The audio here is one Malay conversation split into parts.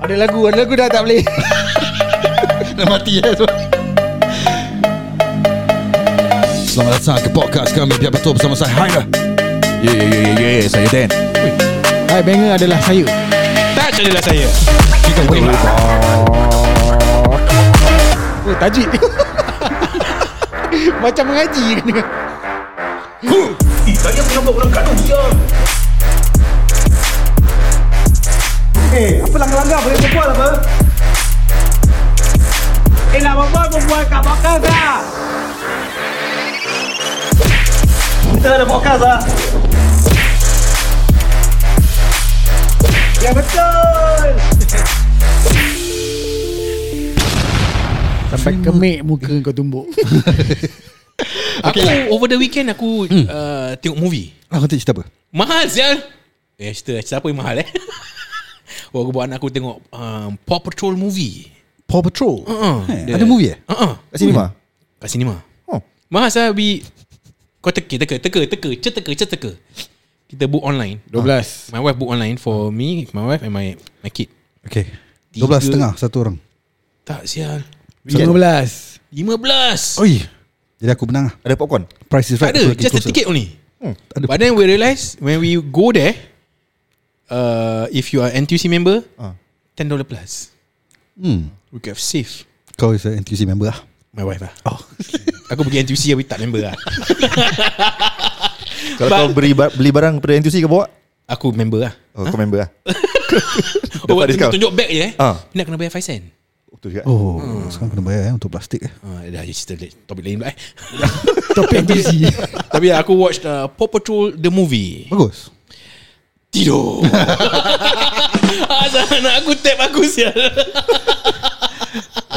ada lagu Ada lagu dah tak boleh Dah mati eh tu Selamat datang ke podcast kami Biar betul bersama saya Haida Yeah yeah yeah yeah, yeah. Saya Dan Hai banger adalah saya Tak adalah saya Kita boleh Oh tajik Macam mengaji kena Saya menyambut orang kat dia Eh, apa langgar-langgar boleh berbual apa? Eh, nak berbual berbual kat podcast lah Kita ada podcast lah Ya betul Sampai kemik muka kau tumbuk okay. Aku over the weekend Aku hmm. uh, tengok movie Aku tak Ah, cerita apa Mahal sial Eh cerita Cerita apa yang mahal eh Oh, aku buat anak aku tengok um, Paw Patrol movie Paw Patrol uh, Eh, Ada movie eh? uh-uh. Kat cinema? Kat cinema Oh Mahal sial we Kau teka Teka Teka Teka Ceteka Ceteka Kita book online 12 My wife book online For me My wife and my My kid Okay Tiga. 12 setengah satu orang Tak sial 15 15 Oi Jadi aku menang lah Ada popcorn Price is right Tak ada aku lagi Just a closer. ticket only hmm, tak ada. But then we realise When we go there uh, If you are NTUC member Ah. $10 plus hmm. We could have saved Kau is a NTUC member lah My wife lah oh. Aku pergi NTUC Tapi tak member lah Kalau kau beri, ba- beli barang Daripada NTUC kau bawa Aku member lah Oh kau member lah Oh, Dapat tunjuk, discount tunjuk bag je eh Ah. Nak kena bayar 5 sen Oh, Betul juga Oh Hmm. Sekarang kena bayar eh Untuk plastik eh ah, Dah je cerita lain- Topik lain pula eh Topik NTC Tapi aku watch uh, Paw Patrol The Movie Bagus Tidur Azan nak aku tap aku sial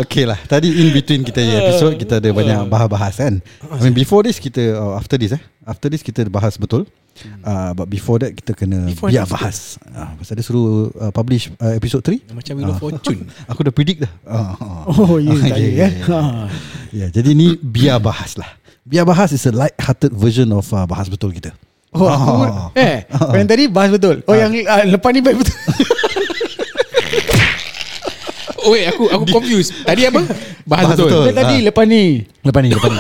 Okay lah Tadi in between kita punya episode Kita ada Hmm. banyak bahas-bahas kan Ah, I mean before this kita oh, After this eh After this kita bahas betul uh, But before that Kita kena Hmm. Before Biar and after. bahas uh, Pasal dia suruh uh, Publish uh, episode 3 Macam Wheel of Fortune Aku dah predict dah Ah, ah. Oh, ya, Ah, tak ada, eh. Ah. Ya, jadi ni biar bahas lah Biar bahas is a light-hearted version of uh, bahas betul kita Ah. Oh aku Eh Kau yang tadi bahas betul Oh yang ah, lepas ni baik betul Oh wait aku aku confused Tadi apa? Bahas, Bahas betul, betul. Kau tadi lepas ni Lepas ni, lepas ni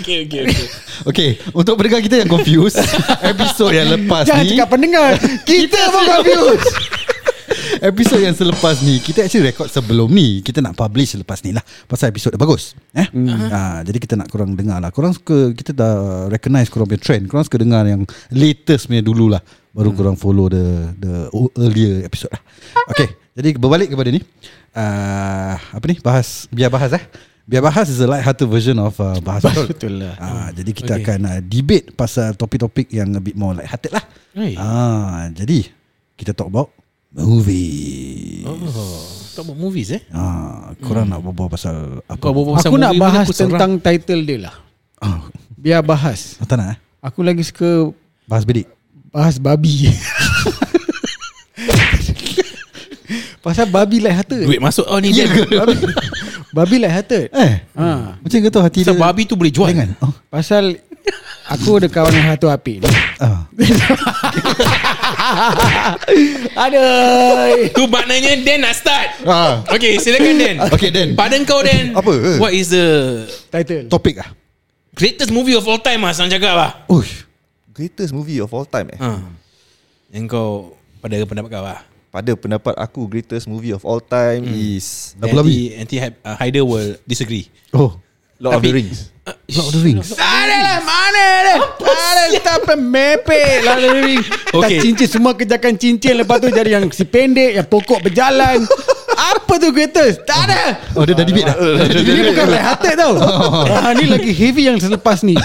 Okay okay okay Okay, untuk pendengar kita yang confused Episod yang lepas Jangan ni cakap pendengar Kita pun confused Episod yang selepas ni Kita actually record sebelum ni Kita nak publish selepas ni lah Pasal episod dah bagus eh? Hmm. Uh-huh. ha, Jadi kita nak korang dengar lah Korang suka Kita dah recognize korang punya trend Korang suka dengar yang Latest punya dulu lah Hmm. Baru korang follow the The earlier episode lah Okay Jadi berbalik kepada ni uh, Apa ni Bahas Biar bahas eh Biar bahas is a light-hearted version of uh, bahas betul. betul lah. Ah, jadi kita Okay. okay. akan uh, debate pasal topik-topik yang a bit more light-hearted lah. Hey. Ah, jadi kita talk about movie. oh, Talk about movies eh Ah, korang nak berbual pasal apa? Kau berbual pasal Aku nak movie pun bahas aku seram. tentang title dia lah Ah, Biar bahas tak nak eh? Aku lagi suka Bahas bidik. Bahas babi Pasal babi light hearted Duit masuk Oh ni dia Babi light hearted Eh, ha. Ah. macam kau tahu hati Pasal babi tu boleh jual Jangan. Oh. Pasal Aku ada kawan yang satu api ni Ah. Aduh Tu maknanya Dan nak start ah. Okay silakan Dan Okay, Dan. Pada kau Dan Apa? What is the Title Topik ah. Greatest movie of all time lah Sang cakap lah Ush. Greatest movie of all time eh ha. Yang kau Pada pendapat kau lah Pada pendapat aku Greatest movie of all time Is Abu Dhabi. Anti, anti uh, Haider will disagree Oh. Lord of Tapi- the Rings Lord of the Rings. Ada lah mana ada Ada tak pemepek lah dari Okey. okay. cincin semua kerjakan cincin Lepas tu jadi yang si pendek Yang pokok berjalan Apa tu greatest Tak ada Oh, dia Oh. dah debate dah. Ini bukan light hearted tau ah, Ni lagi heavy yang selepas ni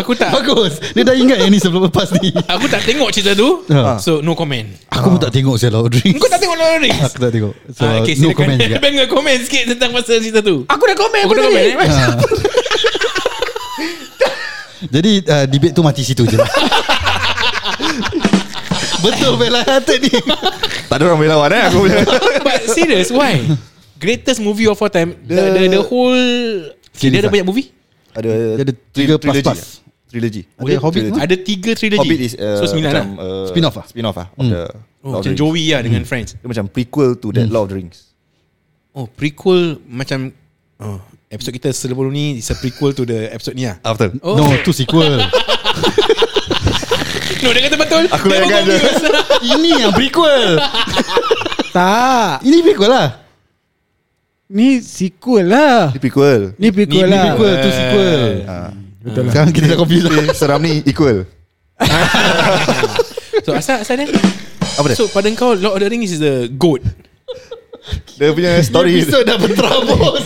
Aku tak Bagus. Dia dah ingat yang ni sebelum lepas ni. Aku tak tengok cerita tu Ha. So no comment Aku pun tak tengok saya Lord of the Rings. Kau tak tengok Lord of the Rings Aku tak tengok. So, Ah, no comment juga. Bang komen sikit Tentang pasal cerita tu Aku dah komen Aku dah tadi. komen eh? Jadi uh, debate tu mati situ je lah. Betul bela hati ni. Tak ada orang boleh lawan eh Aku punya But serious why Greatest movie of all time The, the, the whole Series Dia ada lah. banyak movie Ada Dia ada tiga tri- plus trilogy plus. lah. trilogy. Ada Hobbit tu? Ada tiga trilogy Hobbit is uh, So sembilan lah macam, uh, Spin-off ah? Spin-off lah. of the oh, Lord of Macam the Rings. Joey lah dengan Friends Dia macam prequel to that Lord of the Rings. Oh prequel macam oh, Episode kita sebelum ni Is a prequel to the episode ni lah After. Oh. No, tu sequel. No dia kata betul Aku Dia layan pun dia. confused. Ini yang prequel. Tak Ini prequel lah. Ni sequel lah Dia prequel. Ni prequel Ni Ini lah prequel, tu sequel. Betul lah Sekarang kita dah confused lah. Seram ni equal. So asal asal dia Apa dia? So pada kau Lord of the Rings is the goat Dia punya story. Episode dah berterabos.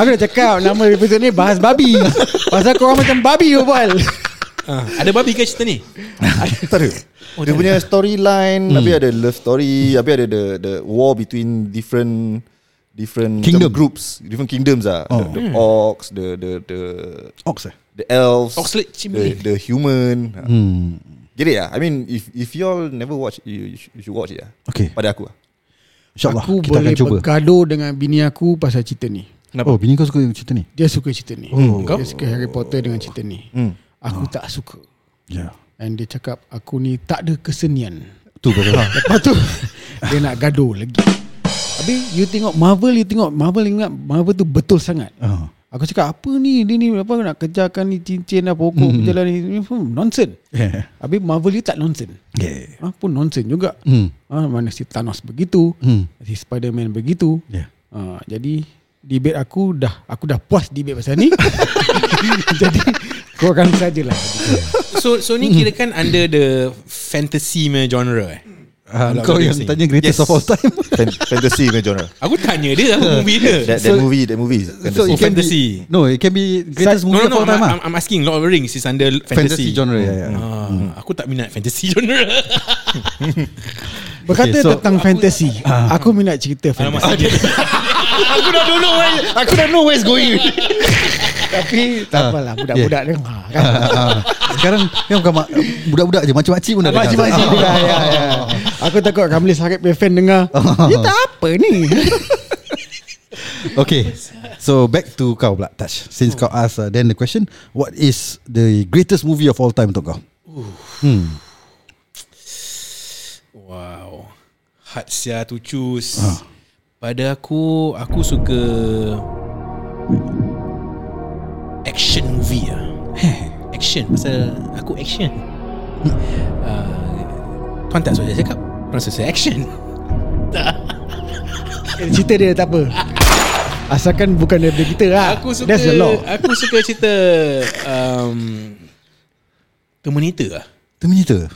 Aku dah cakap Nama episode ni Bahas babi Pasal korang macam babi berbual Ah, Ada babi ke cerita ni? Tak ada. Oh, dia punya storyline, Hmm. tapi ada love story, tapi ada the the war between different different macam Kingdom. groups, different kingdoms ah. The, Oh. the orcs, the the the Ox eh? the elves, Oxlade the, Chimney. the human. Hmm. Hmm. Get it ah? I mean, if if you all never watch, you, you, should, you should watch it ah. Okay. Pada aku ah. InsyaAllah Aku kita boleh akan cuba. bergaduh dengan bini aku Pasal cerita ni Oh, bini kau suka cerita ni? Dia suka cerita ni Oh. Dia suka Harry Potter dengan cerita ni Hmm. Aku tak suka Ya. And dia cakap Aku ni tak ada kesenian Tu betul. Lepas tu Dia nak gaduh lagi Habis you tengok Marvel You tengok Marvel ingat Marvel tu betul sangat Ah. Aku cakap apa ni Dia ni apa nak kerjakan ni Cincin lah pokok mm. Berjalan ni ni pun Nonsense Hmm. Yeah. Habis Marvel you tak nonsense Yeah. ha, Pun nonsense juga Hmm. ha, Mana si Thanos begitu Hmm. Si Spiderman begitu Yeah. ha, Jadi Debate aku dah Aku dah puas debate pasal ni Jadi Korang sajalah So so ni kirakan under the fantasy punya genre eh? Ah, Lord kau of the yang Rings. tanya Yes. greatest of all time. Fan- fantasy punya genre. Aku tanya dia Aku movie dia That, that movie, that movie. is So Fantasy. it can fantasy. be No it can be Greatest Sa- No no movie of no all time lah I'm, I'm asking Lord of the Rings is under Fantasy fantasy, genre ya, ya. Ah, Aku tak minat fantasy genre Berkata okay, Okay, so- so, Ah. tentang fantasy Aku minat cerita Alamak fantasy Aku dah don't know where Aku dah know where it's going Tapi tak Ah. apalah Budak-budak dengar kan Ah, Sekarang Yang bukan mak- Budak-budak je Macam-macam pun dah dengar. Makcik-makcik juga ya, ya. Aku takut Ramli Sarip punya fan dengar Ah. Dia tak apa ni Okay So back to kau pula Touch Since kau ask uh, Then the question What is the greatest movie of all time Untuk kau Wow Hard sia to choose Ha. Pada aku Aku suka Action movie lah Action Pasal aku action Hmm. uh, Tuan tak suruh saya cakap Tuan suruh saya action Cerita dia tak apa Asalkan bukan daripada kita lah Aku suka That's the law Aku suka cerita um, Terminator lah Terminator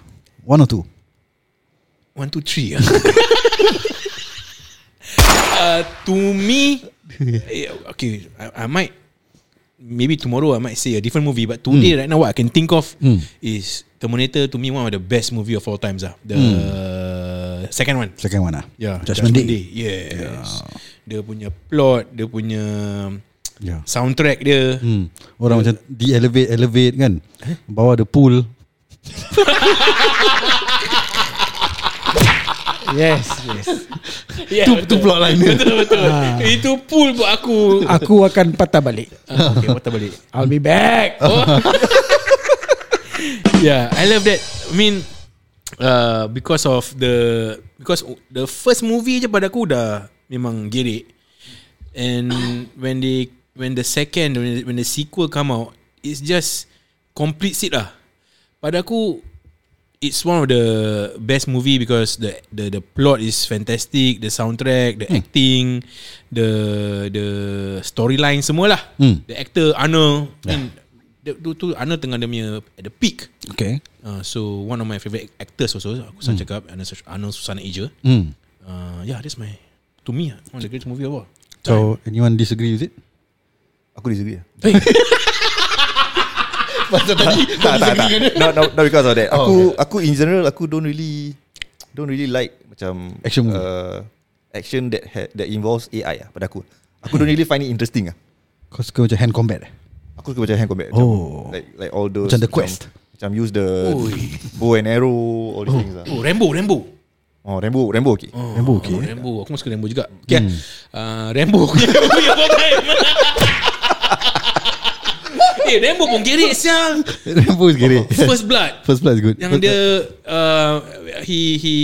One or two One, two, three lah uh, To me eh, Okay I, I might Maybe tomorrow I might say a different movie But today Hmm. right now What I can think of Is Terminator to me One of the best movie of all times lah. The Second one Second one lah Yeah, Judgment, Day, Yes Dia punya plot Dia punya Yeah. Soundtrack dia Ya. Hmm. Orang macam De-elevate Elevate kan Bawah the pool Yes, yes. yeah, Tu- tu plot lain Ah. dia. Betul betul Itu pool buat aku Aku akan patah balik Ah, Okay patah balik I'll be back Oh. yeah, I love that. I mean, uh, because of the because the first movie je pada aku dah memang gerik. And when they when the second when, when the sequel come out, it's just complete it lah. Pada aku it's one of the best movie because the the the plot is fantastic, the soundtrack, the acting, the the storyline semualah. Hmm. The actor Arnold yeah. tu tu Arnold tengah dia punya at the peak. Okay Uh, so one of my favorite actors also aku selalu cakap Arnold Sus- Arnold Schwarzenegger. hmm. Uh, yeah, that's my to me ah, one of the greatest movie of all. So anyone disagree with it? Aku disagree. ah. Hey. Pasal tadi tak tak tak. Not, not, not because of that. Aku oh, aku in general aku don't really don't really like macam Action movie. Uh, action that ha, that involves AI lah pada aku. Aku don't really find it interesting ah. Kau suka macam hand combat eh? Aku suka macam hand combat. Oh. Macam, like like all those Macam The Quest. Macam use the bow and arrow all these things lah. Oh, Rambo, Rambo. Oh, Rambo, Rambo okay. Oh, Rambo okay, eh? Rambo, aku pun suka Rambo juga. Okay. Ya, Hmm. Uh, Rambo. Rambo yang all time. Eh Rambo pun gerik sial Rambo is great First Blood First blood is good Yang First dia uh, He he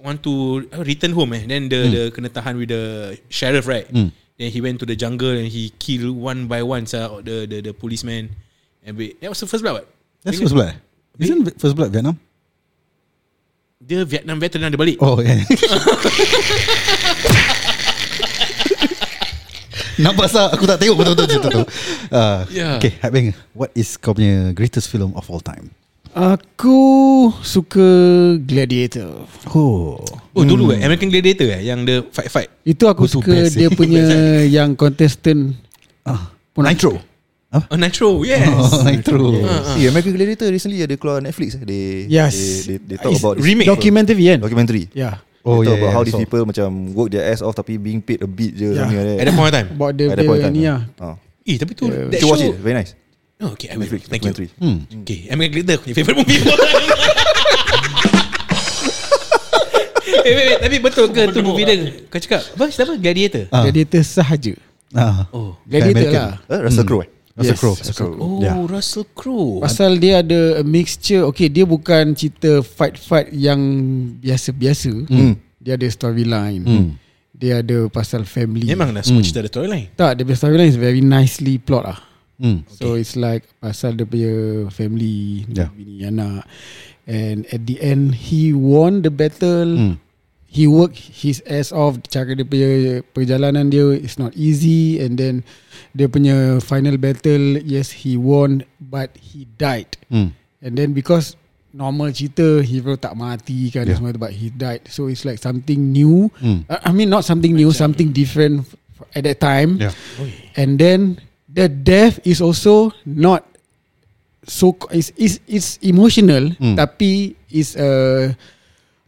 Want to Return home eh Hmm. Then the, the Kena tahan with the Sheriff right Then he went to the jungle And he kill One by one so the, the the policeman And be, That was the first blood what? blood. That's first blood Isn't first blood Vietnam Dia Vietnam veteran Dia balik Oh yeah Nampak sah Aku tak tengok betul-betul cerita tu uh, Yeah. Okay Hak Bang What is kau punya Greatest film of all time Aku suka Gladiator. Oh Oh dulu Hmm. eh American Gladiator eh Yang the fight-fight Itu aku Oh, tu suka best, dia eh. punya yang contestant ah, Nitro Oh Nitro Yes Oh Nitro See, American Gladiator recently ada keluar Netflix. eh. They, Yes. They, they, they talk It's about this remake. documentary kan? documentary. Yeah. Oh, Oh, they yeah, talk about yeah, how I these saw. people macam work their ass off tapi being paid a bit je. Yeah. something like that. At that point of time About the, At that point of the time, ni yeah. lah. Ah. Eh tapi tu You That should show watch it. Very nice. Oh, Okay I will Netflix Thank you Hmm. documentary. Okay American Gladiator punya Favourite movie Eh wait, wait, tapi betul ke tu movie dia Kau cakap Apa siapa Gladiator Ah. Gladiator sahaja. Ah. Oh Gladiator American. lah. Eh, Russell Crowe eh? Russell Yes, Crowe Russell Oh Yeah. Russell Crowe Pasal dia ada a mixture Okay dia bukan cerita fight-fight yang biasa-biasa mm. Dia ada storyline mm. Dia ada pasal family Memang lah. dah semua cerita ada storyline Tak dia punya storyline is very nicely plot lah Hmm. So it's like pasal dia punya family yeah. Yeah. Bini anak And at the end he won the battle Hmm. mm. He work his ass off Cara dia punya perjalanan dia It's not easy And then dia punya final battle Yes he won But he died Hmm. And then because normal cerita hero tak mati kan yeah. Yeah. semua tu but he died. So it's like something new. Hmm. Uh, I mean not something new, something different f- at that time. Yeah. And then the death is also not so it's it's, it's emotional Hmm. tapi is uh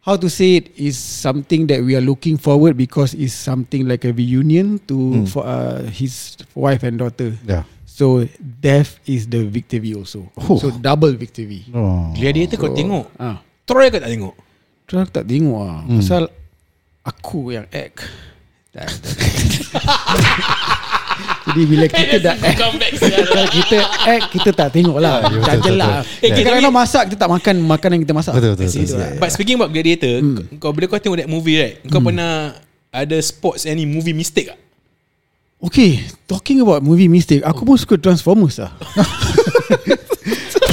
how to say it is something that we are looking forward because it's something like a reunion Hmm. to for uh, his wife and daughter. Yeah. So death is the victory also. Oh. Oh. So double victory. Oh. Gladiator kau tengok Ah, Troy kau tak tengok tu aku tak tengok ah. Hmm. Pasal aku yang act. Tak, tak. Jadi bila kita dah act Come back sial. kalau kita act kita tak tengok lah ya, Tak betul, jelas betul. Eh, betul, Kita kita kadang ni- masak Kita tak makan Makanan yang kita masak Betul betul. betul, It's betul. like- But speaking about Gladiator Kau bila kau tengok that movie right Kau pernah Ada sports any movie mistake tak? Okay Talking about movie mistake Aku pun suka Transformers lah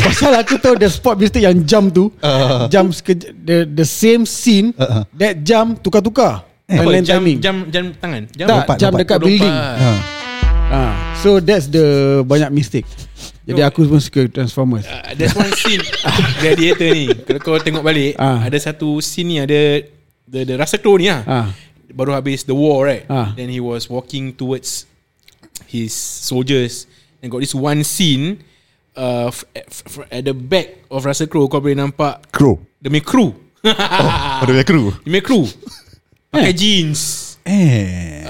Pasal aku tahu The spot mistake yang jump tu uh. Jump seke- the, the same scene Uh, uh. uh, uh. That jump Tukar-tukar eh, Apa, Timeline jam, timing jam, jam tangan Jam Tak Lompat, jump lompat. dekat Lompat. building Ha. Ah, So that's the Banyak mistake Jadi No. aku pun suka Transformers Uh, there's one scene Gladiator ni Kalau kau tengok balik Ah. Ada satu scene ni Ada The, the Russell Crowe ni lah Ah. Baru habis the war right Ah. Then he was walking towards His soldiers And got this one scene uh, f- at, f- at the back of Russell Crowe Kau boleh nampak Crowe. The main crew Oh, dia punya crew. The main crew Pakai jeans Eh.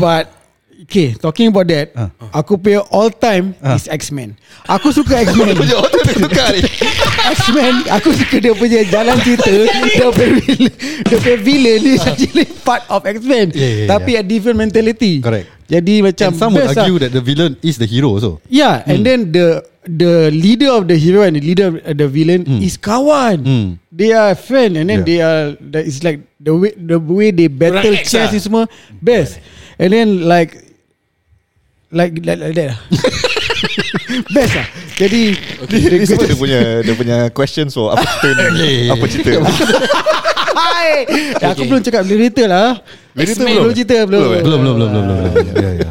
But Okay Talking about that Ah. Aku punya all time Is X-Men Aku suka X-Men otak dia tukar ni. X-Men Aku suka dia punya Jalan cerita Dia punya villain Dia punya villain Dia actually part of X-Men Ah. yeah, yeah. Tapi a different mentality Correct. Jadi macam And some would best lah. argue that the villain is the hero so. Yeah Hmm. And then the The leader of the hero And the leader of uh, the villain Is kawan Hmm. They are friend And then Yeah. they are that It's like The way the way they battle Orang X Chess lah. ni semua Best And then like Like like, like that lah Best lah Jadi Ini semua dia punya dia punya questions for apa cerita ni? apa cerita? Hai Aku belum cakap Gladiator lah Gladiator X-Men belum? Belum cerita Belum Belum, eh? Belum belum belum belum belum. belum. Ya ya.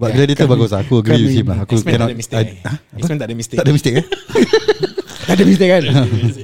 But Gladiator bagus lah. Aku agree kami- with him lah. Aku X-Men tak cannot ada mistake I- Ha? eh. X-Men tak ada mistake Tak ada mistake eh? Tak ada mistake kan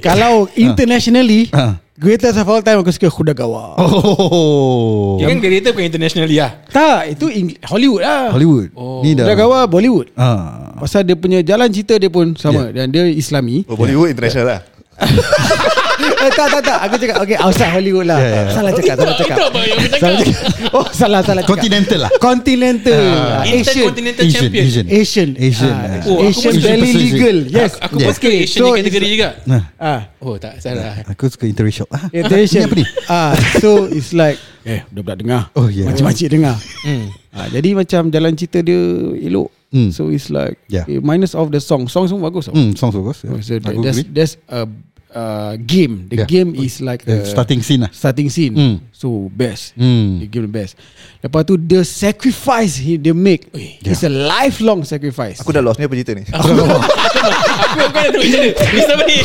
Kalau internationally Ha. Greatest of all time Aku suka Hudagawa Oh. Dia kan Gladiator bukan internationally lah Tak Itu Eng- Hollywood lah Hollywood. Ni Oh. dah. Hudagawa Bollywood Ah. Ya. Pasal dia punya jalan cerita dia pun sama Dan dia Islami Oh, Bollywood international lah. eh, Tak tak tak Aku cakap Okay outside Hollywood lah Ya, ya. Salah cakap Salah cakap Itu apa yang aku cakap? Salah cakap Oh salah salah cakap Continental lah. Continental Ah. Asian Intercontinental Asian, champion Asian. Asian Asian, Ah, ah. Oh, aku Asian pun suka Valley Pacific. Legal Yes Aku pun suka Asian So, ni kategori juga Nah. Ah, Oh tak salah Aku suka interracial. Ah. Attention. Ni apa ni? Ah, so it's like Eh budak-budak dengar Oh, yeah. Macam-macam dengar Hmm. ha, Jadi macam jalan cerita dia elok Mm. So it's like Yeah. eh, Minus of the song Song semua bagus tau. Hmm, songs bagus. Oh, So Yeah. that, Aku that's, agree. that's a uh, game The Yeah. game is like a The starting scene lah. starting scene Mm. So best Hmm. They give the best Lepas tu The sacrifice he, They make yeah. It's a lifelong sacrifice Aku dah lost ni apa cerita ni? Aku kau nak duduk macam ni Bisa balik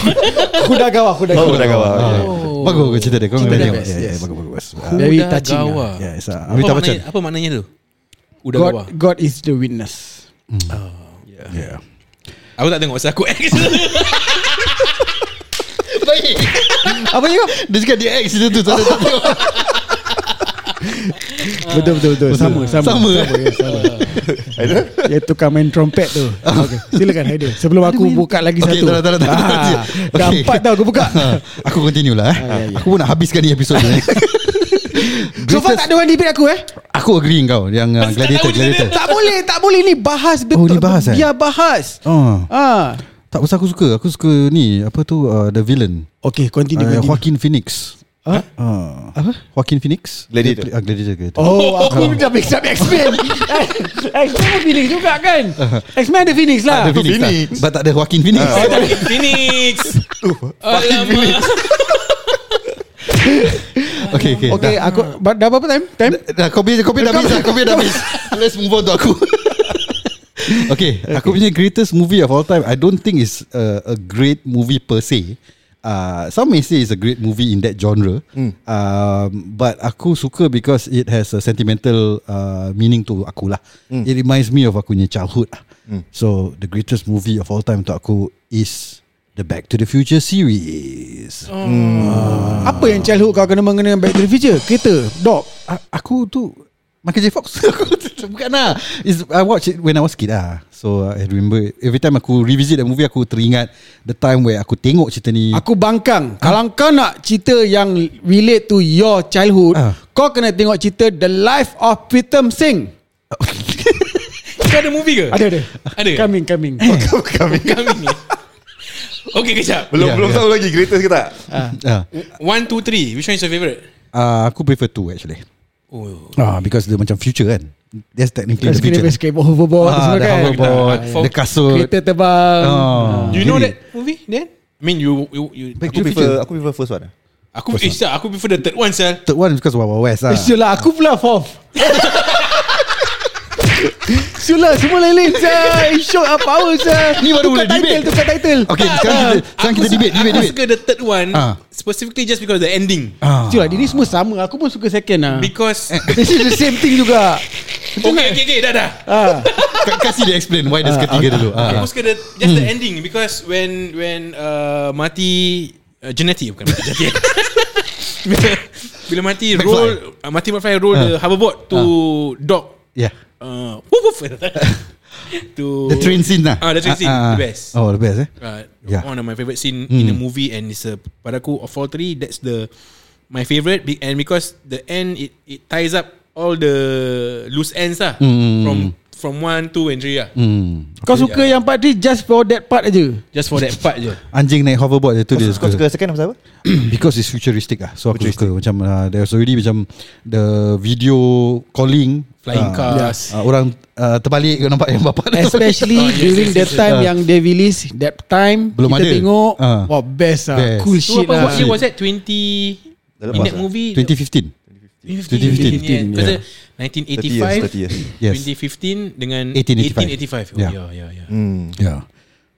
aku dah gawa Aku dah Oh, dah kawan. Oh. Bagus ke cerita dia Cerita Korang kena dia tengok best, yeah, yeah, yes. Bagus bagus Ah, Very touching Gawa. lah. Yeah, it's uh, a, Apa, Amitabh Bachchan maknanya, apa maknanya tu? Udah God, gawa God is the witness yeah. Aku tak tengok Sebab aku ex Apa ni kau? Dia cakap dia ex Dia tu tak ada- tak tengok Betul betul betul Sama Sama Oh, Sama. Sama, ya, sama. Dia tukar main trompet tu okay. Silakan Haidar Sebelum aku buka lagi Okay, satu tak ada, tak ada, tak ada. Ah, Dah Okay. empat tau aku buka Ah, Aku continue lah Ah, eh. ya, ya. Aku pun nak habiskan ni episod ni So far tak ada orang debate aku eh Aku agree dengan kau Yang uh, gladiator tahu dia gladiator. Tak boleh Tak boleh ni bahas Oh, ni bahas, eh? Biar bahas Oh, Ah. tak pasal aku suka Aku suka ni Apa tu uh, The villain Okay continue, uh, continue. Joaquin Phoenix Huh? Ah. Apa? Joaquin Phoenix Gladiator. Dia play- ah, Gladiator ke Oh, aku dah mix up X-Men. Eh, X-Men pun Phoenix juga kan? X-Men ada Phoenix lah. Ada Phoenix, Phoenix. Lah. But tak ada Joaquin Phoenix Ah. Phoenix Alamak Okay okay, Okay, aku but dah berapa time? Time? Dah kau punya kau punya dah habis dah, kau punya dah habis. Let's move on to aku. okay, aku punya greatest movie of all time. I don't think it's a, a great movie per se. Uh, some may say it's a great movie in that genre. Um, but aku suka because it has a sentimental uh, meaning to aku lah. It reminds me of aku punya childhood. lah. So the greatest movie of all time to aku is the Back to the Future series. Ah. Apa yang childhood kau kena mengena dengan Back to the Future? Kereta, dog. A- aku tu Michael J. Fox Aku tu- Bukan lah It's, I watch it when I was kid lah So I remember Every time aku revisit that movie Aku teringat The time where aku tengok cerita ni Aku bangkang. Kalau kau nak cerita yang relate to your childhood, Ah. kau kena tengok cerita The Life of Pritam Singh. Kau ada movie ke? Ada ada. Ada? Coming coming. Eh, Kami Kami ni Okay kejap belum Yeah, belum yeah. tahu lagi greatest ke tak? uh, One, two, three Which one is your favourite? uh, Aku prefer two actually Oh Ah, Because dia macam future kan That's technically Terus the kena future skateboard overboard Ah, semua the kan. hoverboard For- The kasut Kereta terbang. Oh, You know jadi- that movie then? I mean you, you, you Back Aku to the prefer future aku prefer first one. Aku eh, sial, aku prefer the third one sel. Ah, Third one because Wild Wild West lah Eh, Syul lah aku pula fourth. Syul lah semua lain-lain sah. Show up ah, power sah. Ni baru boleh tukar title, debate. Tukar title. Okay sekarang kita Sekarang kita ah. Aku su- debate Debate Aku debate suka the third one Ah. specifically just because the ending. Ah. Syul lah dia ni semua sama. Aku pun suka second lah. Because This is the same thing juga. Eh, okay, okay, okay, dah dah. Ah. K- Kasih dia explain Why dia suka tiga dulu Ah. Aku suka the, just the ending because when when uh, mati uh, Geneti bukan mati Geneti. bila, bila mati McFly. roll uh, mati McFly roll the Ah. hoverboard to dog Yeah uh, woof, woof, to The train scene lah Ah, the train scene, Ah, ah. the best. Oh the best eh Right. Yeah. Hmm. One of my favorite scene in a movie and it's a padaku of all three that's the my favorite be- and because the end it it ties up all the loose ends lah from from one two and three lah Hmm. Kau suka yang part 3 just for that part aja. just for that part je. Anjing naik hoverboard dia tu dia Kau suka. suka second pasal apa? Because it's futuristic lah So aku suka Macam uh, There's already macam The video calling Flying Ah, cars. ah, Orang uh, terbalik Kau nampak yang bapak dia Especially Oh, yes, during yes, that yes, time yes. yang they release that time Belum kita ada. tengok Ah. wah best ah Best. cool So shit apa lah. what year was that 20 Dah in lepas that lah. movie 2015 2015, yeah. Because the yeah. 30 years, 30 1985 Yes. 2015 dengan 1885 oh, 1885. Yeah. yeah yeah yeah Hmm. Yeah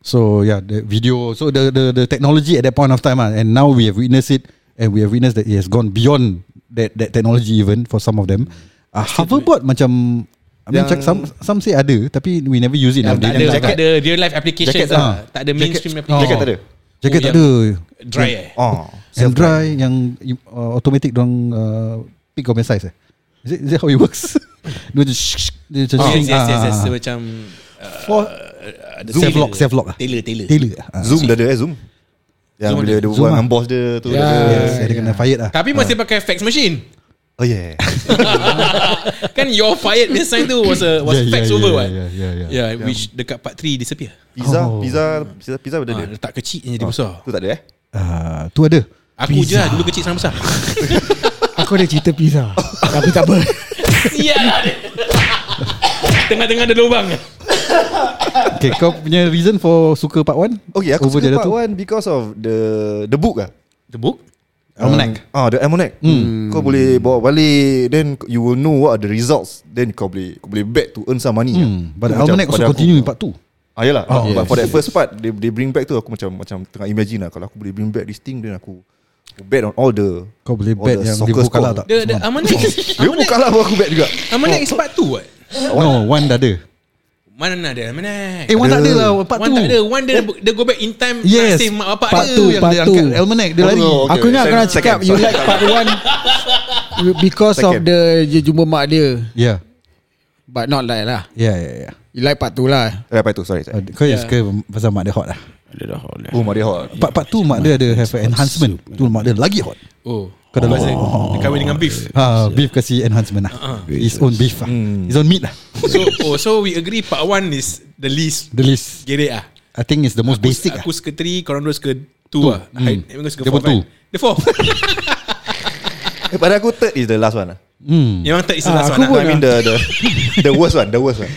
So yeah The video So the, the the technology At that point of time ah, And now we have witnessed it And we have witnessed That it has gone beyond That that technology even For some of them uh, Hoverboard macam I mean, Yang- some some say ada tapi we never use it Tak nowadays. ada, tak jacket, ada real life applications Jacket Oh. tak lah. ada. Tak ada mainstream Jacket- application. Jacket tak ada. jacket Oh, tak ada. yang Dry eh. Oh. Self dry yang uh, automatic dong uh, pick up your size eh. Is it, is it how it works? dia macam shh, shh, dia macam Oh, yes, swing, yes, yes, yes. So, ah, ah, uh, ah. macam For- Self lock, self lock ah. Tailor, tailor. Tailor. ah. Zoom dah ada eh Zoom. Yang Zoom lah. Ya, bila ada. dia Zoom buat ah. dengan boss dia tu. Yeah. dia ada. Yes, dia kena fired lah. Tapi masih pakai fax machine. Oh yeah. Kan your fired this sign tu was a was Yeah, fax yeah, over yeah, what? yeah, yeah, yeah. Yeah, which dekat part 3 disappear. Pizza, Oh. pizza, pizza, pizza ada Ah, dia. letak kecil yang jadi besar. Tu tak ada eh? Ah, tu ada. Aku je lah dulu kecil sekarang besar. Kau ada cerita pizza Tapi tak apa Sial Ya. Tengah-tengah ada lubang Okay kau punya reason for Suka part 1 Okay Oh, ya, aku suka part one Because of the The book lah The book Almanac Ah, the almanac. Hmm. Kau boleh bawa balik then you will know what are the results. Then kau boleh kau boleh bet to earn some money. lah. Hmm, But Tu the macam Almanac pada also aku. continue in part 2 Ah yalah. Oh, Oh, but yes. for that first part they they bring back tu aku macam macam tengah imagine lah kalau aku boleh bring back this thing then aku bet on all the Kau boleh all bet Oh, the yang soccer dia buka lah score. tak? The, the Semua. Amanek Dia buka lah pun aku bet juga. Amanek is part 2 what? No one dah ada Mana ada Amanek Eh one tak ada lah Part 2 One tak ada One dia, dia go back in time Yes Nak say mak bapak Part dia two, yang Part dia 2 angkat Almanac dia lari Oh, Aku ingat kau nak second, cakap You sorry. like part 1 Because of Second. the Dia jumpa mak dia Yeah But not like lah Yeah yeah yeah You like part 2 lah Eh, apa tu? Sorry. sorry. Uh, Kau yang suka pasal mak dia hot lah Oh, mari hot. Part, part tu Ya, mak dia ada have an enhancement Tu mak dia lagi hot Oh Kau dah lupa Dia kahwin dengan beef ha, Beef kasi enhancement lah His own beef lah His own meat lah So oh, so we agree part 1 is the least The least Gerek ah. I think is the most basic lah Aku suka 3 Korang dua suka 2 lah Hmm. I- Amy suka 4 Dia pun two. kan The 4 Eh, pada aku third is the last one lah. Hmm. Memang tak is the Ah, last aku one No, lah I mean the the the worst one, the worst one.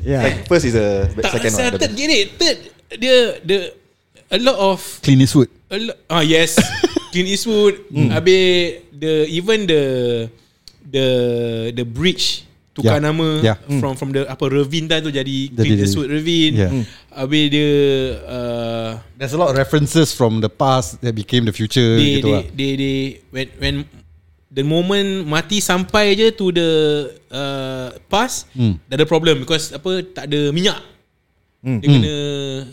Yeah Like first is the Tak second rasa one. third the- gerek Third Dia Dia A lot of Clean his wood A lot, ah yes, Clint Eastwood. Mm. Hmm. Habis the even the the the bridge tukar Yeah. nama Yeah. Hmm. from from the apa Ravine dah tu jadi Jadi- Clint Eastwood Ravine. Yeah. Mm. Habis dia uh, There's a lot of references from the past that became the future they, they, gitu lah. they they when when the moment mati sampai je to the uh, past Mm. dah ada problem because apa tak ada minyak. Mm. Dia kena Hmm.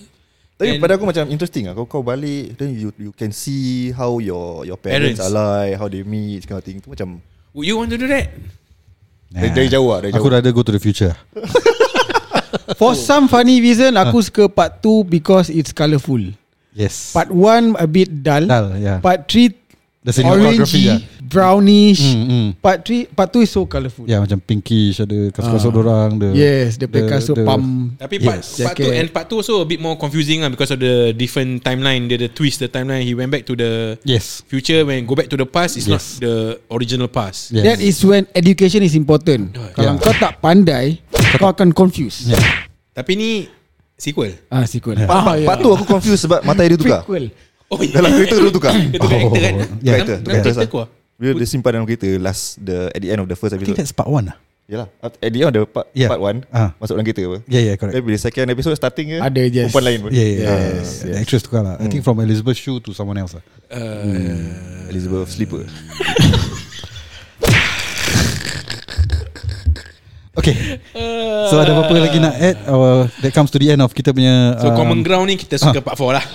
Tapi And- pada aku macam interesting lah. Kau kau balik then you you can see how your your parents, Parents. are like, how they meet, kind of thing. Tu macam Would you want to do that? dari, dari jauh lah, dari jauh. Ah. Aku rather go to the future For some funny reason Ah. Aku suka part 2 Because it's colourful Yes ya. Part 1 a bit dull, Dull, yeah. Part 3 The cinematography orangey lah Brownish Mm, mm. Part 3 Part 2 is so colourful Ya yeah, macam pinkish Ada kasut-kasut uh, orang the, Yes The play kasut pump Tapi part, Yes. yes, part two Jacket. and part two also a bit more confusing lah because of the different timeline. Dia the twist the timeline. He went back to the Yes future when go back to the past. It's Yes. not the original past. yes. That is when education is important. Kalau Yeah. kau tak pandai, kau akan confused. yeah. Tapi ni sequel. Ah, sequel. Part, part, part tu aku confused sebab mata dia tukar. Prequel. Oh yeah. Dalam kereta dia tukar. Dia tukar actor kan? Oh. yeah. lah. Dalam- Kereta, dalam tukar Kereta kereta. kuah. Bila dia simpan dalam kereta last the at the end of the first I think episode. that's part one lah Yalah. At the end of the part, Yeah. yeah. part one, Ah. masuk dalam kereta apa. Yeah yeah Then correct bila second episode starting ke, Ada, yes. perempuan lain pun. Yeah, yeah, yeah, yeah. Ah, The actress tukar lah I think from Elizabeth Shue to someone else lah Elizabeth Sleeper. Okay So ada apa-apa lagi nak add Or That comes to the end of kita punya So um, ah. common ground ni kita suka part 4 lah.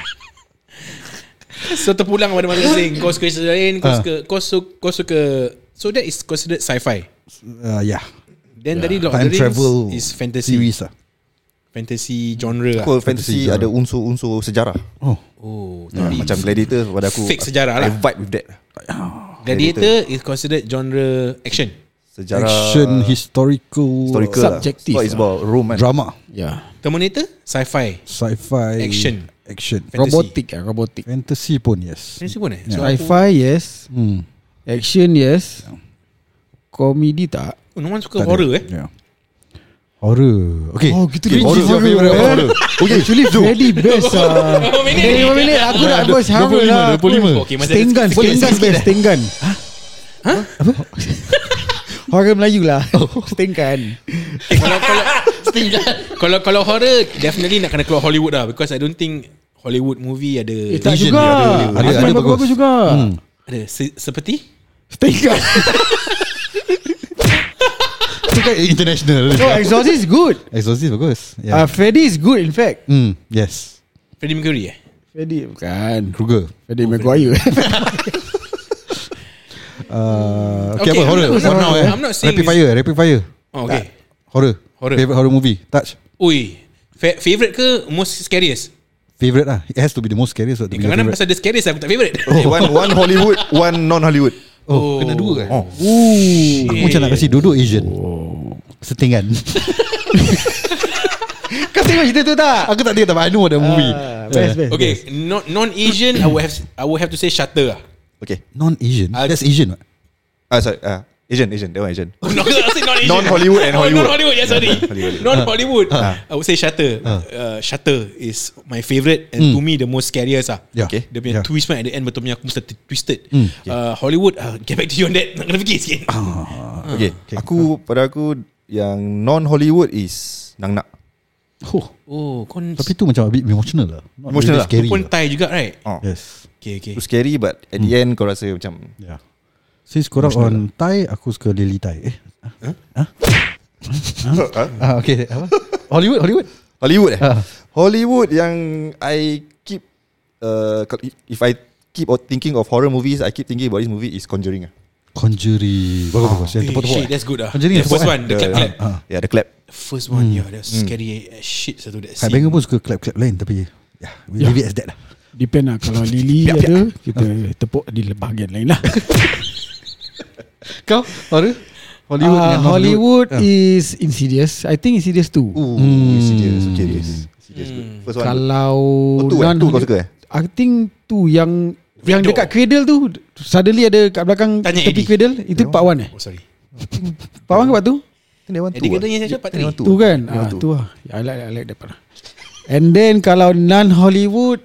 so terpulang pada masing-masing. Kau suka cerita lain, kau Ah. suka kau suka, kau suka so that is considered sci-fi. uh, Yeah Then tadi Lord of the Time Rings travel is fantasy. Series lah Fantasy genre lah. Aku fantasy ada unsur-unsur sejarah. Oh Oh, Hmm, Ah, tadi Macam Gladiator pada aku. Fake sejarah I lah. vibe with that. Gladiator is considered genre action. Sejarah Action Historical historical Subjective lah. So it's about Rome eh? kan. Drama Yeah. Terminator, sci-fi. Sci-fi Action. Action Fantasy. Robotic ah, robotic. Fantasy pun yes Fantasy pun eh? So aku, Sci-fi yes, hmm. action yes, comedy tak. oh, no one suka horror eh? yeah. Horror Okay Oh, gitu dia. Which is your Horror, favourite horror. horror Okay, actually very best ah. Dari lima minit aku nak voice hammer lah. 25 Okay, masih Stenggan, ada Stenggan sikit- sikit- lah. best, Stenggan. Ha? Apa? Horror Melayu lah. Stenggan. sikit. kalau, kalau, kalau kalau horror definitely nak kena keluar Hollywood lah because I don't think Hollywood movie ada Eh, tak Asian juga. dia ada- ada- Ada ada yang bagus. bagus Hmm. juga. ada se- seperti Stenggan. Itu kan international No, Oh, Exorcist is good. Exorcist bagus Yeah. Uh, yeah. Freddy is good in Uh, fact. mm, Yes Freddie Mercury eh? Freddy bukan. Kruger Freddy Maguire. uh, okay, Okay, apa I'm horror not- For now eh I'm not saying Rapid it's- fire Rapid fire Oh, okay. Horror Horror. Favorite horror movie Touch Ui, fa- favorite ke most scariest? Favorite lah It has to be the most scariest what to Eh, be your kadang-kadang favourite. pasal dia scariest aku tak favorite. Eh, one one Hollywood, one non Hollywood. Oh, kena dua kan? Oh. Aku macam nak kasi duduk Asian. Oh. Setingan. Kau tengok cerita tu tak? Aku tak tahu tapi I know the movie. Eh, Ah, best, best. Okay, non non Asian I would have I would have to say ah. Shutter lah. Okay. Non-Asian Ah, That's Asian what? Ah, sorry. Ah, Asian, Asian. That one Asian. No, I said non-Asian. Non-Hollywood and Oh, Hollywood. non-Hollywood, yeah, sorry. Hollywood. Non-Hollywood. I would say Shutter. Uh, Shutter is my favourite and to me the most scariest ah. Yeah. Okay. Dia punya Yeah. twist man at the end betul punya aku mesti twisted. Uh, Hollywood, uh, get back to you on that. Nak kena fikir sikit. Ah. Okay. okay. Aku pada aku yang non Hollywood is Nang Nak. oh, Oh, kau Tapi tu macam a bit emotional lah Not Emotional really lah. scary pun lah. Thai juga right? Oh. Yes Okay, okay. Tu scary but at the end kau rasa macam Yeah Since korang on Thai Aku suka Lily Thai Eh Huh? Huh? Ah, okay, apa? Hollywood, Hollywood. Hollywood eh. Ah. Hollywood yang I keep uh, kalau- if I keep or thinking of horror movies, I keep thinking about this movie is Conjuring ah. Conjuring. Bagus, bagus. Yang Eh, tepuk-tepuk. shit, eh. that's good ah. Conjuring The tepuk, first eh. one, the clap clap. Ah. Yeah, the clap. The first one, yeah, that's scary as shit satu that Kat scene. Banger pun suka clap-clap lain tapi yeah, we leave it as that lah. Depend lah Kalau Lily ada Kita tepuk di bahagian lain lah Kau horror? Hollywood Hollywood, dengan uh, non-Hollywood. Hollywood Ah. is Insidious I think Insidious 2 Ooh, mm. serious. Okay, Hmm. yes. Serious. good. First one. Kalau Oh, tu eh? non- Tu kau suka eh? I think tu yang Yang Window. dekat cradle tu Suddenly ada kat belakang Tanya Tepi Eddie. cradle Itu part 1 eh Oh, sorry. Part 1 ke part 2 Dia one Eddie katanya saya part three. Tu kan ah, Tu lah I like, I like that part lah. And then Kalau non Hollywood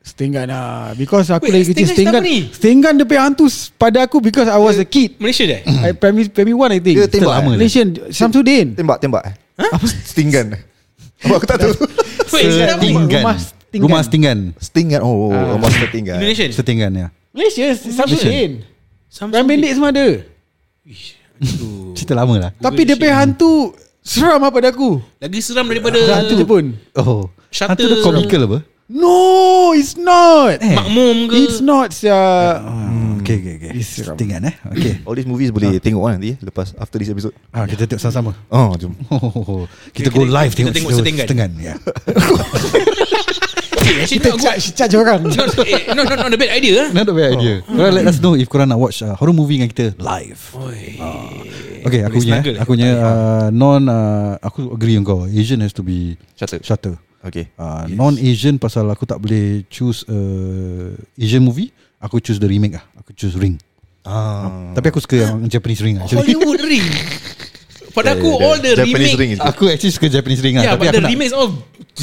Stinggan lah Because aku Wait, lagi kecil Stinggan Stinggan siapa ni? Stinggan dia punya hantu s- Pada aku Because I was a kid Malaysia dah? I primary, primary one I think Hmm. Dia tembak Lama eh? Malaysian Samsudin Tembak, tembak. Huh? Apa sting gun? Apa aku tak tahu. Wait, is it Setinggan. Setinggan. Rumah setinggan. Rumah setinggan. Sting gun. Oh, oh, oh, monster sting gun. Indonesia? Setinggan ya. Malaysia Samsudin Samsung Prime Bandit semua ada Aduh. Cerita lama lah. Tapi dia punya hantu Seram lah pada aku Lagi seram daripada Ah, Hantu Jepun Oh. Shutter- Hantu tu komikal apa? No It's not Makmum ke It's not sia. Hmm. Okay, okay, okay. Seram. Setinggan eh. Okay. All these movies boleh tengok kan nanti eh, lepas after this episode. Ah, kita tengok sama-sama. Oh, jom. Oh, Kita- kita go kita- live kita tengok, tengok setinggan. setinggan. Ya. Eh, actually Kita not good. charge, charge orang Not, eh, not, not, not a bad idea eh. Not a bad idea. Korang let us know if korang nak watch uh, horror movie dengan kita live. Ah. Okay, Boleh aku punya, snuggle eh. eh. aku punya uh, non, uh, aku agree dengan kau. Asian has to be Shutter. Shutter. Okay. Uh, yes. Non Asian pasal aku tak boleh choose uh, Asian movie. Aku choose the remake lah. Aku choose Ring. Ah. Tapi aku suka yang Japanese Ring lah. Actually. Hollywood ring Pada aku Yeah, all the Japanese ring remake is good. Aku actually suka Japanese Ring lah. Yeah Tapi Ya, but aku the nak remakes all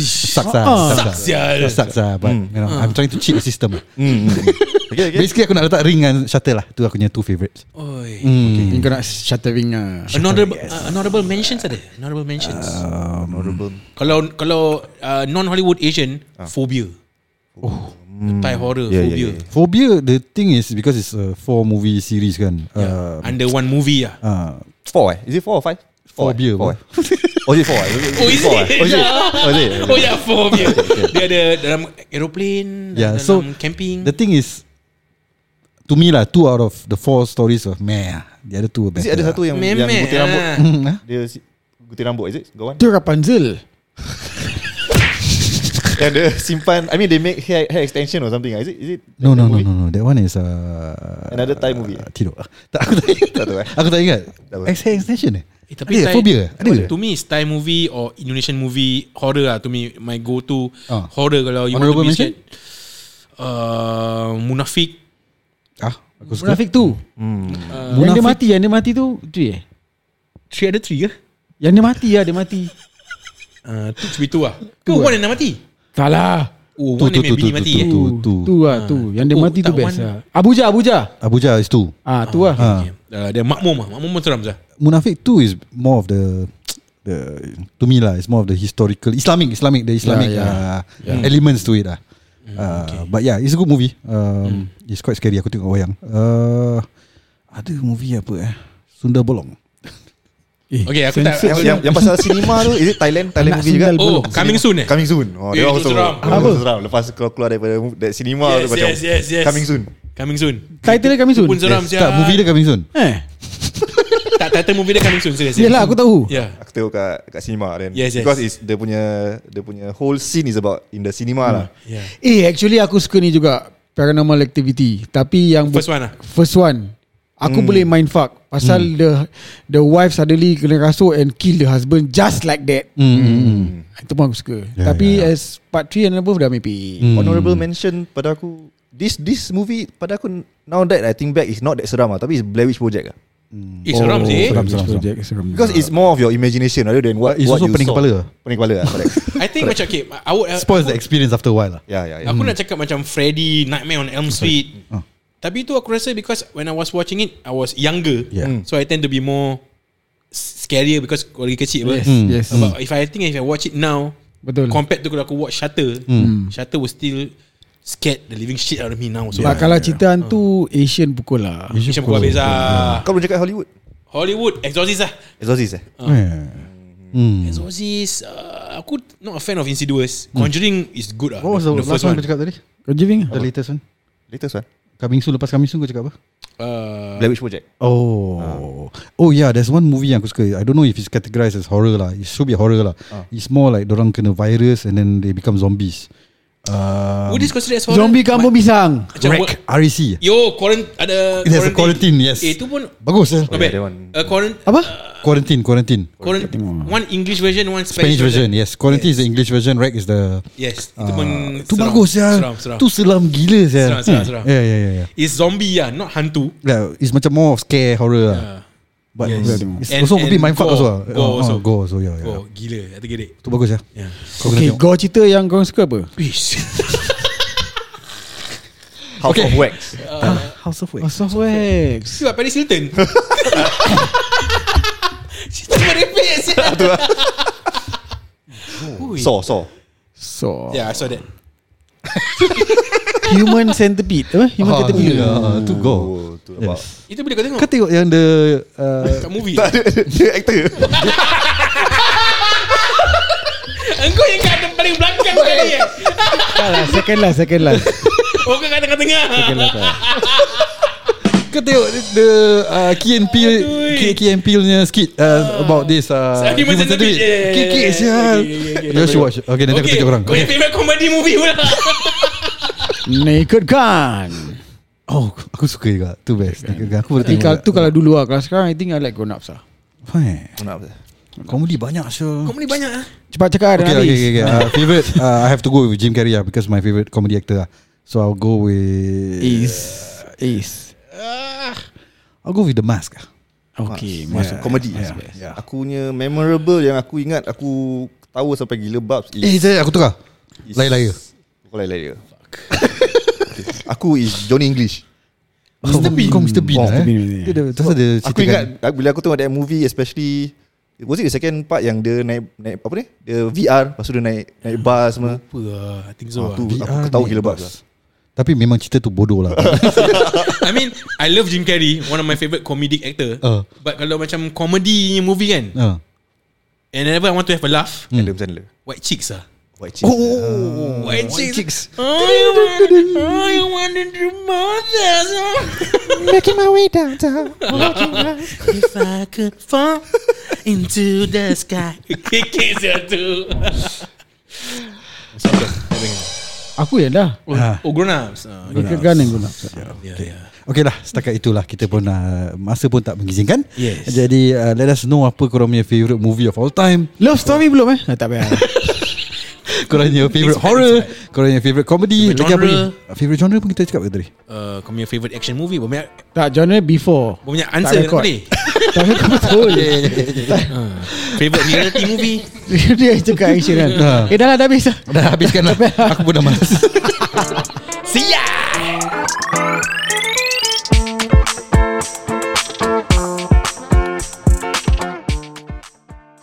sucks lah. Sucks Hmm. sial. Sucks lah. But you know, I'm trying to cheat the system. lah. Hmm. okay, okay. Basically aku nak letak Ring dengan Shutter lah. Tu aku punya two favourites. Oi. Hmm, Ni kau nak shuttering lah Honorable, uh, honorable mentions ada Honorable mentions Honorable. Kalau kalau uh, non-Hollywood Asian Phobia Oh Thai horror Ah. Yeah, yeah, Phobia yeah. Phobia the thing is because it's a four movie series kan. Uh, Under one movie lah Ah. uh, Four eh? Is it four or five? Four, eh? Phobia, Four, eh? bro. Oh, is it four? eh? Oh is it? Four, eh? Oh, is it? Oh, is it? Oh yeah phobia Dia ada dalam aeroplane yeah, Dalam so camping The thing is, to me lah, two out of the four stories of meh. ah. The other two were Is better. lah. it ada satu yang yang Memek putih rambut? ah. Hmm, ah. Dia si- putih rambut is it? Go on. Itu Rapunzel Yang dia simpan I mean they make hair, hair extension or something ah. Is it? Is it? like the No, no, no, movie? no, no. That one is uh, Another Thai movie. eh? Uh, tidak. Tak, aku tak ingat. Tak tahu eh. aku tak ingat. Tak apa. X-Hair Extension eh? Eh, ada, Thai- phobia. Ada. To me it's Thai movie Or Indonesian movie Horror lah to me My go to Ah. Horror kalau you Honorable want to be mention? scared. uh, Munafik Ah, aku suka. Munafik tu Uh, Yang dia mati Yang dia mati tu Tu eh Three ada three ke? Yang dia mati lah Dia mati Uh, tu should be two lah Ke one yang dah mati? Salah Oh Tu, one tu, yang tu, bini tu, mati tu, eh tu. Tu Tu lah tu Yang dia Oh, mati tu tak best one. lah Abuja Abuja Abuja is two. Ah tu lah Ah. Okay. Uh, Dia makmum lah Makmum pun seram sah Munafik two is more of the the to me lah. It's more of the historical Islamic, Islamic, the Islamic Yeah, Mm, Uh, elements to it lah. Uh, But yeah, it's a good movie. Um, It's quite scary. Aku tengok wayang. Uh, ada movie apa eh? Sunda Bolong. Eh, Okay, aku tak- censored Yang, yang, yang pasal cinema tu Is it Thailand? Thailand Anak movie juga? sundal Oh Bolong. coming soon eh Coming soon Oh, Eh, dia itu also seram. Apa? Seram. Lepas kau keluar daripada mu- dari cinema Ah, Yes, tu macam yes, yes, yes. Coming soon Coming soon Title dia coming Tu soon pun seram sial Tak, movie dia coming soon. Eh Tak title movie dia coming soon Ya, serious Yelah aku tahu Yeah Aku tengok kat, kat cinema then Yes, yes. Because it's Dia punya Dia punya whole scene is about In the cinema lah Yeah Eh actually aku suka ni juga Paranormal activity Tapi yang First one lah First one Aku Hmm. boleh mind fuck Pasal the The wife suddenly Kena rasuk And kill the husband Just like that Hmm. Mm. Itu pun aku suka Ya, Tapi ya, Hmm. as Part 3 and above Dah maybe Honorable mention pada aku This this movie pada aku now that I think back is not that seram lah tapi it's Blair Witch Project lah. Eh seram sih Oh, seram. project seram. Because it's more of your imagination rather than what But it's what also you saw. pening kepala. Pening kepala lah, correct. I think macam okay, I would uh, Spoils the experience after a while lah. yeah, yeah, yeah. Aku nak cakap macam Freddy Nightmare on Elm Street. Hmm. Tapi tu aku rasa because when I was watching it, I was younger. Yeah. So I tend to be more s- scarier because aku lagi kecil. yes, yes. Yes. But if I think if I watch it now, Betul. compared to kalau aku watch Shutter, mm. Hmm. Shutter was still scared the living shit out of me now. So Ya, But kalau Oh. cerita hantu Asian pukul lah. macam kau beza. Kau belum cakap Hollywood. Hollywood, Exorcist lah. Hmm. Exorcist eh. Ah. Yeah. Mm. Hmm. Exorcist, uh, aku not a fan of Insidious. Conjuring is good lah. What was the, the last one kau cakap tadi? Conjuring The latest one? Latest one. Coming soon, lepas coming soon kau cakap apa? Uh, Blair Witch Project. Oh Oh yeah There's one movie yang aku suka I don't know if it's categorized as horror lah It should be horror lah It's more like Diorang kena virus And then they become zombies uh, would this consider as horror? Zombie kampung pisang. Oh, Macam what- Wreck REC Yo, quarant ada E It has a quarantine, yes. Eh, itu pun Bagus eh not yeah, bad. that one. Uh, quarant Apa? Quarantine Quarantine quarantine one English version, one Spanish, Spanish version Yes Quarantine is the English version Wreck is the Yes, itu pun uh, Hmm, Tu seram. bagus ya Seram, seram. Tu selam gila ya Seram, seram, seram. Yeah yeah yeah, yeah. It's zombie ya, not hantu. yeah It's macam more of scare horror lah But Yes. it's And- also a bit and mindfuck gore. also lah. Gore Oh, also. oh, Gore also yeah, yeah. Oh, gila. I think it. Tu bagus ya Yeah. Kau kena Okay, tengok. kau cerita yang kau suka apa? Ish. House of Wax. House of Oh, Soft Wax. Siapa Paris Hilton? Cerita merepek ya, siapa? Saw, saw. So, Yeah, I saw that. Human Centipede. Apa? Human Ha, Ah, ya, Centipede. yeah, Tu gore Oh, tu about. Itu bila kau tengok Kau tengok yang the uh, kat movie. Dia actor. Engkau yang kat paling belakang kali ya. Tak lah, second last, second last. Oh, kau kat tengah-tengah. Second last lah. Kau tengok the uh, Key and Peele Aduh. eh. Ah. Key, Key and Peele punya skit uh, About this uh, Sorry, Human Human Centipede. Yeah, yeah, Kikik yeah, yeah, sial yeah, yeah, yeah, yeah. You should watch Okay nanti aku tunjuk korang Kau yang okay. favorite comedy movie pula. Naked Gun. Oh aku suka juga Tu best Aku baru Eh, tengok kalau, tu kalau dulu lah. Kalau sekarang, I think I like grown ups lah. Fine. Kenapa? Komedi banyak eh? sial Comedy banyak ah. Cepat cakap Okay okay, okay okay, okay. Uh, Favorite uh, I have to go with Jim Carrey lah Because my favorite comedy actor lah So I'll go with Eh. Is Is I'll go with The Mask lah Okay Masuk komedi. Aku punya memorable yang aku ingat aku ketawa sampai gila babs is Eh saya aku tukar Is- Lain-lain Kau lain dia Aku is Johnny English Mr. Bean Kau Mr. Bean Oh, Mr. lah eh Bean, yeah. Dia ada- terus ada Aku ceritakan- ingat aku- Bila aku tengok that movie Especially Was it the second part Yang dia naik, naik Apa ni Dia VR Lepas tu dia naik Naik bus semua Apa lah, I think Ah, so. Aku, lah. aku VR ketawa naik gila bus. babs lah. Tapi memang cerita tu bodoh lah I mean, I love Jim Carrey, one of my favorite comedic actor. Ah. But kalau macam comedy movie kan, uh. and whenever I want to have a laugh, Adam Sandler White Chicks ah. White Chicks oh, White, Chicks. Oh, you want, oh, you want to do ah. more than Making my way downtown. Walking my If I could fall into the sky. Kikis ya tu. Aku yang dah Oh, Ah. oh grown ups. Ah, Naked Gun yang grown ups yeah, yeah. Okay lah Setakat itulah Kita pun uh, Masa pun tak mengizinkan Yes. Jadi uh, let us know Apa korang punya favourite movie of all time Love Story belum eh? Ah, tak payah Korang punya favourite Inspired, horror Korang punya favourite comedy Favourite Lagi apa ni genre. Uh, Favourite genre pun kita cakap ke tadi Uh, kau punya favourite action movie Kau punya, Tak genre before kau punya answer record. nak boleh Tapi kau betul Favourite reality movie Dia cakap action kan Ah. Eh dah lah dah habis lah Dah habiskan lah Aku pun dah malas Siap